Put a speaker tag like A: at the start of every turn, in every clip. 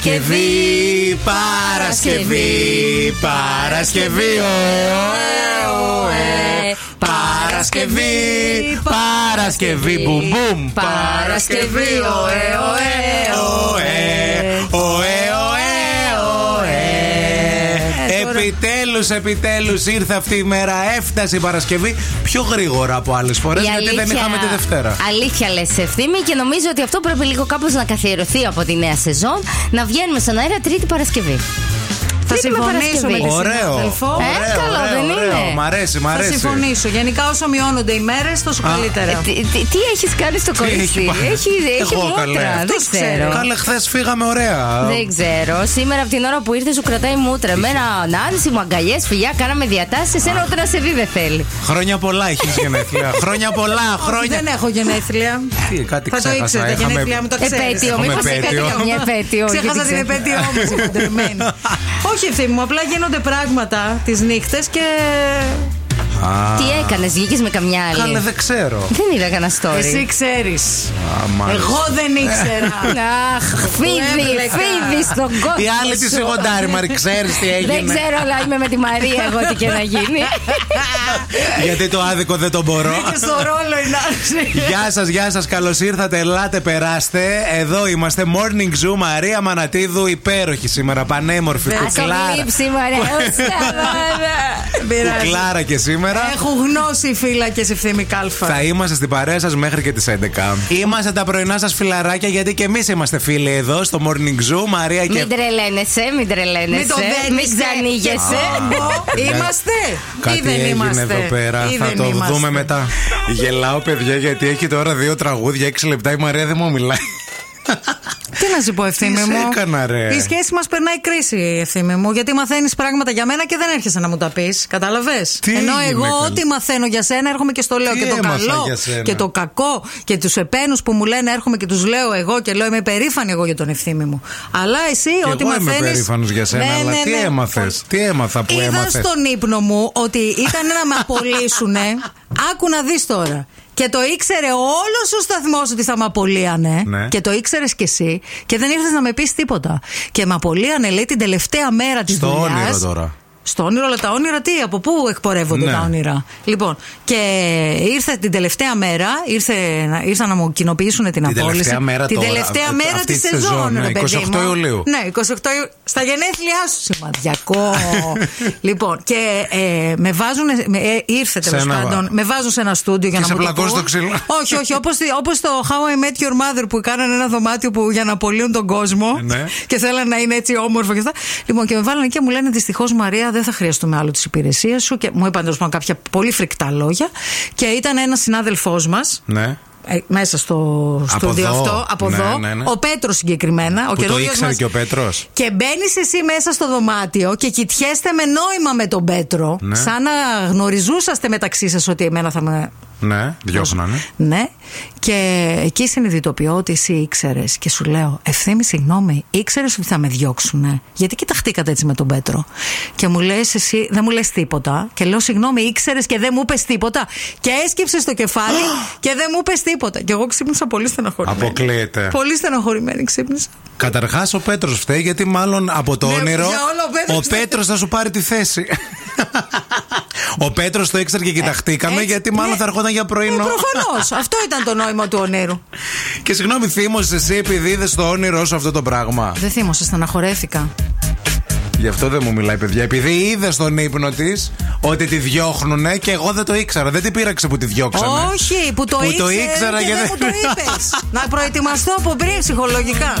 A: Παρασκευή, Παρασκευή, Παρασκευή, ωε, ωε. Παρασκευή, Παρασκευή, μπουμ, μπουμ. Παρασκευή, ωε, ωε, ωε, ωε, ωε,
B: Ε,
A: ωε. Επιτέλους, επιτέλους ήρθε αυτή η μέρα. Έφτασε η Παρασκευή πιο γρήγορα από άλλες φορές.
B: Η
A: Γιατί δεν
B: αλήθεια-
A: είχαμε τη Δευτέρα.
B: Αλήθεια λες ευθύνη και Ε, νομίζω ότι αυτό πρέπει λίγο κάπως να καθιερωθεί από τη νέα σεζόν. Να βγαίνουμε στον αέρα Τρίτη Παρασκευή.
C: Θα
B: Τρίτη με
C: συμφωνήσω με
B: Παρασκευή.
C: τη
A: Ωραίο.
C: συνάδελφο.
B: Ε, καλό, δεν είναι.
A: Μ' αρέσει, μ'
C: Θα
A: αρέσει.
C: συμφωνήσω. Γενικά, όσο μειώνονται οι μέρες, τόσο
A: Α. ε,
C: καλύτερα.
B: Ε, Τι, τι, τι έχεις κάνει στο
A: έχει
B: κορίτσι,
A: πάει.
B: Έχει, έχει
A: Εγώ,
B: μούτρα.
A: καλέ.
B: Δεν
C: Αυτός ξέρει.
B: ξέρω.
A: Καλέ, χθες φύγαμε ωραία.
B: Δεν ξέρω. Σήμερα από την ώρα που ήρθες σου κρατάει μούτρα. Εμένα ανάλυση, μου αγκαλιές, φιλιά, κάναμε διατάσεις. Ένα όταν σε δει δεν θέλει.
A: Χρόνια πολλά έχεις γενέθλια. χρόνια πολλά,
C: Όχι,
A: χρόνια. Ε,
C: Δεν έχω γενέθλια.
A: Τι, κάτι
C: Θα το
A: ξέχασα,
C: ήξερα, τα
A: είχαμε-
C: γενέθλια μου τα ξέρεις.
B: Επέτειο,
A: Έχουμε
B: μήπως
A: επέτειο.
B: επέτειο. Μια επέτειο.
C: Ξέχασα
B: γιατί
C: την
B: ξέρω.
C: επέτειό μου, είσαι κοντευμένη. Όχι ευθύνη μου, απλά γίνονται πράγματα τις νύχτες και.
A: Α,
B: Τι έκανες, βγήκες με καμιά άλλη.
A: Καλέ, δεν ξέρω.
B: Δεν είδα κανένα story.
C: Εσύ ξέρεις.
A: Α, μάλιστα.
C: Εγώ δεν ήξερα.
B: Αχ, φίδι,
C: έβλεπα.
B: φίδι στον κόσμο.
A: Η άλλη τη
B: σου.
A: σιγοντάρι, Μαρή, ξέρεις τι έγινε.
B: Δεν ξέρω, αλλά είμαι με τη Μαρία εγώ τι και να γίνει.
A: Γιατί το άδικο δεν το μπορώ.
C: Και στο ρόλο είναι άρρωση.
A: Γεια σας, γεια σας. Καλώς ήρθατε. Ελάτε, περάστε. Εδώ είμαστε. Morning Zoo, Μαρία Μανατίδου. Υπέροχη σήμερα. Πανέμορφη.
B: Ας το
A: Κουκλάρα.
B: λείψει, Μαρία. Ω, σταμάτα.
C: Δεν πειράζει.
A: Κουκλάρα και σήμερα.
B: Ε,
C: Έχουν γνώση οι φύλακε ευθύνη κάλφα.
A: Θα είμαστε στην παρέα σας μέχρι και τις 11. Είμαστε τα πρωινά σας φιλαράκια γιατί και εμείς είμαστε φίλοι εδώ στο Morning Zoo. Μαρία και.
B: Μην τρελαίνεσαι, μην
C: Μην
B: τρελαίνεσαι.
C: το δένεις, ε.
B: Μην ξανήγεσαι.
C: Είμαστε
A: Κάτι
C: ή δεν
A: έγινε
C: είμαστε.
A: εδώ πέρα.
C: Ή
A: θα
C: δεν
A: το
C: είμαστε.
A: δούμε μετά. Γελάω, παιδιά, γιατί έχει τώρα δύο τραγούδια, 6 λεπτά. Η Μαρία δεν μου μιλάει.
C: Τι να σου πω, ευθύνη
A: Τι σε
C: μου.
A: έκανα, ρε.
C: Η σχέση μας περνάει κρίση, ευθύνη μου. Γιατί μαθαίνεις πράγματα για μένα και δεν έρχεσαι να μου τα πεις. Κατάλαβες.
A: Τι
C: Ενώ
A: έγινε,
C: εγώ
A: καλέ.
C: ό,τι μαθαίνω για σένα έρχομαι και στο λέω
A: Τι
C: και το
A: έμαθα
C: καλό
A: για σένα?
C: και το κακό και τους επένους που μου λένε έρχομαι και τους λέω εγώ και λέω είμαι περήφανη εγώ για τον ευθύνη μου. Αλλά εσύ
A: Και
C: ό,τι Ναι,
A: εγώ είμαι
C: μαθαίνεις.
A: περήφανος για σένα, αλλά τι έμαθες. Τι έμαθα που
C: Είδα
A: έμαθες.
C: στον ύπνο μου ότι ήταν να με απολύσουνε. Άκου να δεις τώρα. Και το ήξερε όλος ο σταθμός ότι θα με απολύανε.
A: Ναι.
C: Και το ήξερες κι εσύ. Και δεν ήρθες να με πεις τίποτα. Και με απολύανε, λέει, την τελευταία μέρα της
A: Στο
C: δουλειά.
A: όνειρο τώρα.
C: Στο όνειρο, αλλά τα όνειρα τι, από πού εκπορεύονται
A: Ναι.
C: τα όνειρα. Λοιπόν, και ήρθε την τελευταία μέρα, ήρθε, να- ήρθαν να μου κοινοποιήσουν την,
A: Την
C: απόλυση.
A: τελευταία μέρα
C: την
A: τώρα, ε,
C: τελευταία
A: αυτή
C: μέρα
A: τη
C: της
A: σεζόν,
C: σεζόν,
A: ναι,
C: ρε παιδί
A: 28
C: μου.
A: Ιουλίου.
C: Ναι, 28 Ιου- Στα γενέθλιά σου, σημαδιακό. λοιπόν, και ε, με βάζουν. Με, ε, ήρθε τέλο
A: Σε ένα-
C: πάντων. Με βάζουν σε ένα στούντιο
A: Και
C: για να
A: σε
C: μου
A: πλακώνει
C: πούν.
A: το ξύλο.
C: Όχι, όχι. Όπως όπως το How I Met Your Mother που κάνανε ένα δωμάτιο που, για να απολύουν τον κόσμο.
A: Ναι.
C: Και θέλανε να είναι έτσι όμορφο και αυτά. Λοιπόν, και με βάλανε και μου λένε Δυστυχώς Μαρία, δεν θα χρειαστούμε άλλο τις υπηρεσίες σου. Και μου είπαν τέλος πάντων κάποια πολύ φρικτά λόγια. Και ήταν ένας συνάδελφός μας.
A: Ναι.
C: Ε, μέσα στο
A: Από
C: στούντιο
A: εδώ.
C: αυτό, από
A: Ναι,
C: εδώ.
A: ναι, ναι.
C: Ο Πέτρος συγκεκριμένα. Ο
A: Που το
C: καινούριος
A: ήξερε
C: μας.
A: και ο Πέτρος.
C: Και μπαίνεις εσύ μέσα στο δωμάτιο και κοιτιέστε με νόημα με τον Πέτρο.
A: Ναι.
C: Σαν να γνωριζούσαστε μεταξύ σας ότι εμένα θα με.
A: Ναι, διώχνανε.
C: Ναι. Και εκεί συνειδητοποιώ ότι εσύ ήξερες και σου λέω: Ευθύμη, συγγνώμη, ήξερες ότι θα με διώξουνε. Γιατί κοιταχτήκατε έτσι με τον Πέτρο. Και μου λες: Εσύ δεν μου λες τίποτα. Και λέω: Συγγνώμη, ήξερες και δεν μου είπες τίποτα. Και έσκυψες το κεφάλι και δεν μου είπες τίποτα. Και εγώ ξύπνησα πολύ στεναχωρημένη.
A: Αποκλείεται.
C: Πολύ στεναχωρημένη ξύπνησα.
A: Καταρχάς ο Πέτρος φταίει γιατί μάλλον από το
C: Ναι,
A: όνειρο.
C: για όλα ο Πέτρος
A: Ο
C: φταίει.
A: Πέτρος θα σου πάρει τη θέση. ο Πέτρος το ήξερε και κοιταχτήκαμε
C: Έτσι,
A: γιατί μάλλον
C: Ε, ναι.
A: θα ερχόταν για
C: Ναι,
A: πρωινό.
C: Προφανώς. Αυτό ήταν το νόημα του ονείρου.
A: και συγγνώμη, θύμωσες εσύ επειδή είδες το όνειρό σου αυτό το πράγμα.
C: Δεν θύμωσα, στεναχωρέθηκα.
A: Γι' αυτό δεν μου μιλάει, παιδιά. Επειδή είδε στον ύπνο της ότι τη διώχνουνε και εγώ δεν το ήξερα. Δεν την πείραξε που τη διώξανε.
C: Όχι, που το
A: Που το
C: ήξερε
A: ήξερα
C: και
A: και
C: δεν
A: δεν-
C: μου το είπες. Να προετοιμαστώ από πριν ψυχολογικά.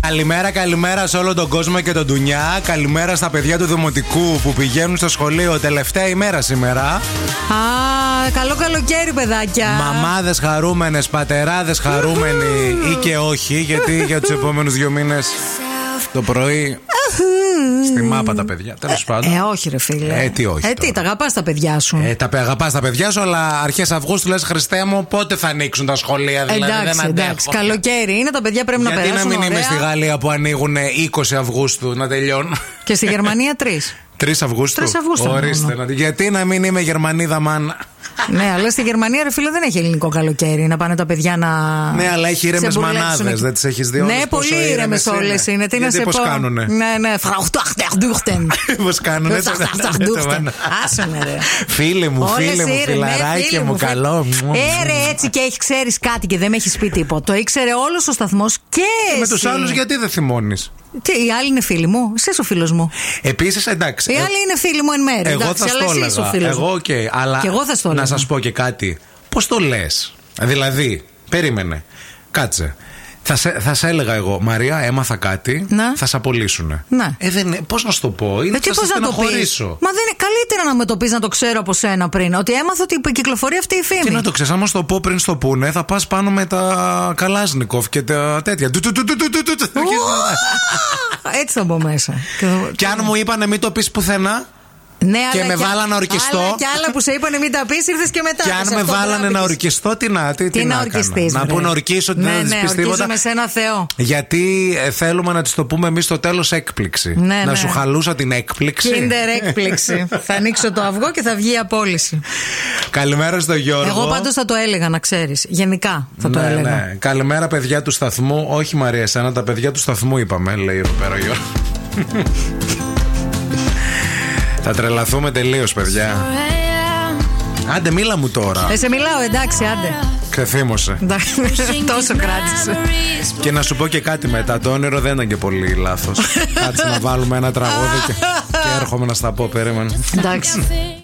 A: Καλημέρα, καλημέρα σε όλο τον κόσμο και τον Τουνιά. Καλημέρα στα παιδιά του Δημοτικού που πηγαίνουν στο σχολείο τελευταία ημέρα σήμερα.
C: Α, καλό καλοκαίρι, παιδάκια.
A: Μαμάδες χαρούμενες, πατεράδες χαρούμενοι ή και όχι, γιατί για τους επόμενους δύο μήνες το πρωί στη μάπα τα παιδιά. Τέλος πάντων.
C: Ε, όχι, ρε φίλε.
A: Ε, τι όχι
C: Ε,
A: τώρα.
C: τι, τα αγαπάς τα παιδιά σου.
A: Ε, τα αγαπάς τα παιδιά σου, αλλά αρχές Αυγούστου λες Χριστέ μου, πότε θα ανοίξουν τα σχολεία, δηλαδή
C: εντάξει,
A: δεν αντέχω.
C: εντάξει. Καλοκαίρι είναι, τα παιδιά πρέπει να
A: Γιατί να
C: περάσουν.
A: μην είμαι
C: ωραία.
A: στη Γαλλία που ανοίγουν 20 Αυγούστου να τελειώνουν.
C: Και στη Γερμανία τρεις.
A: 3 Αυγούστου.
C: 3 Αυγούστου ναι,
A: Ορίστε.
C: μόνο.
A: να- Γιατί να μην είμαι Γερμανίδα μάνα.
C: ναι, αλλά στη Γερμανία, ρε φίλε, δεν έχει ελληνικό καλοκαίρι να πάνε τα παιδιά να.
A: Ναι, αλλά έχει ήρεμε
C: ξεμπουρλέξουν
A: μανάδες.
C: εκεί.
A: Δεν τις έχεις δει όλε.
C: Ναι, πολύ ήρεμε όλες είναι. Τι να σε
A: πώς
C: πω.
A: κάνουνε.
C: Ναι, ναι. Φραουχτάχτερντούχτεν.
A: Πώς κάνουνε. έτσι, έτσι,
C: Φραουχτάχτερντούχτεν.
A: έτσι,
C: Άσε με ρε.
A: Φίλε μου,
C: Όλες ναι,
A: φίλε μου,
C: ήρεμες,
A: φιλαράκι
C: φίλε
A: μου,
C: φίλε.
A: καλό.
C: Ε, ρε, έτσι και έχεις ξέρεις κάτι και δεν με έχεις πει τίποτα. Το ήξερε όλος ο σταθμός και.
A: Ε, Με
C: εσύ.
A: του άλλους γιατί δεν θυμώνεις.
C: Τι, οι άλλοι είναι φίλοι μου. Εσύ είσαι ο φίλος μου.
A: Επίσης, εντάξει.
C: Οι
A: ε,
C: άλλοι είναι φίλοι μου εν μέρει.
A: Εγώ
C: εντάξει,
A: θα
C: αλλά
A: στο
C: εσύ είσαι ο Ε, φίλο.
A: έλεγα. Εγώ, οκ. αλλά
C: Και εγώ θα στο
A: να
C: έλεγα.
A: σας πω και κάτι. Πώς το λες. Δηλαδή, περίμενε. Κάτσε. Θα σε, θα σε έλεγα εγώ, Μαρία, έμαθα κάτι.
C: Να.
A: Θα σε απολύσουν.
C: Ναι. Ε,
A: Ε, δεν, πώς να σου το πω, είναι
C: τι
A: θα σε
C: πώς να το πεις.
A: στεναχωρήσω.
C: Μα δεν είναι καλύτερα να με το πεις να το ξέρω από σένα πριν. Ότι έμαθα ότι κυκλοφορεί αυτή η φήμη.
A: Τι να το ξέρεις, άμα σου το πω πριν στο πούνε, θα πας πάνω με τα Καλάζνικοφ και τα τέτοια. Του, του, του, του, του, του, του, του,
C: Ου,
A: αρχίζεις να-
C: Έτσι θα μπω μέσα. Και θα-
A: Και αν μου είπανε μην το πει πουθενά,
C: Ναι,
A: και
C: αλλά
A: με βάλανε να ορκιστώ.
C: άλλα Και άλλα που σε είπανε μην τα πεις, ήρθες και μετά.
A: και
C: Σε
A: αν με
C: αυτό
A: βάλανε να
C: γράφτηκες.
A: ορκιστώ, τι να, τι,
C: Τι να
A: έκανα.
C: ορκιστεί.
A: Να πω να ορκίσω ότι
C: ναι,
A: δεν
C: ναι,
A: τη πει τίποτα.
C: ορκίζομαι σε ένα Θεό.
A: Γιατί ε, θέλουμε να της το πούμε εμείς στο τέλος έκπληξη.
C: Ναι,
A: να
C: ναι.
A: σου χαλούσα την έκπληξη.
C: Kinder έκπληξη. θα ανοίξω το αυγό και θα βγει η απόλυση.
A: Καλημέρα στο Γιώργο.
C: Εγώ πάντως θα το έλεγα, να ξέρεις. Γενικά θα το
A: ναι,
C: έλεγα.
A: ναι. Καλημέρα, παιδιά του σταθμού. Όχι, Μαρία, εσένα τα παιδιά του σταθμού είπαμε, λέει εδώ πέρα ο Γιώργος. Θα τρελαθούμε τελείως, παιδιά. Άντε, μίλα μου τώρα.
C: Ε, σε μιλάω, εντάξει, άντε.
A: Ξεθύμωσε.
C: Εντάξει, Τόσο κράτησες.
A: Και να σου πω και κάτι μετά. Το όνειρο δεν ήταν και πολύ λάθος. Κάτσε να βάλουμε ένα τραγούδι και, και έρχομαι να στα πω. Περίμενε.
C: Εντάξει.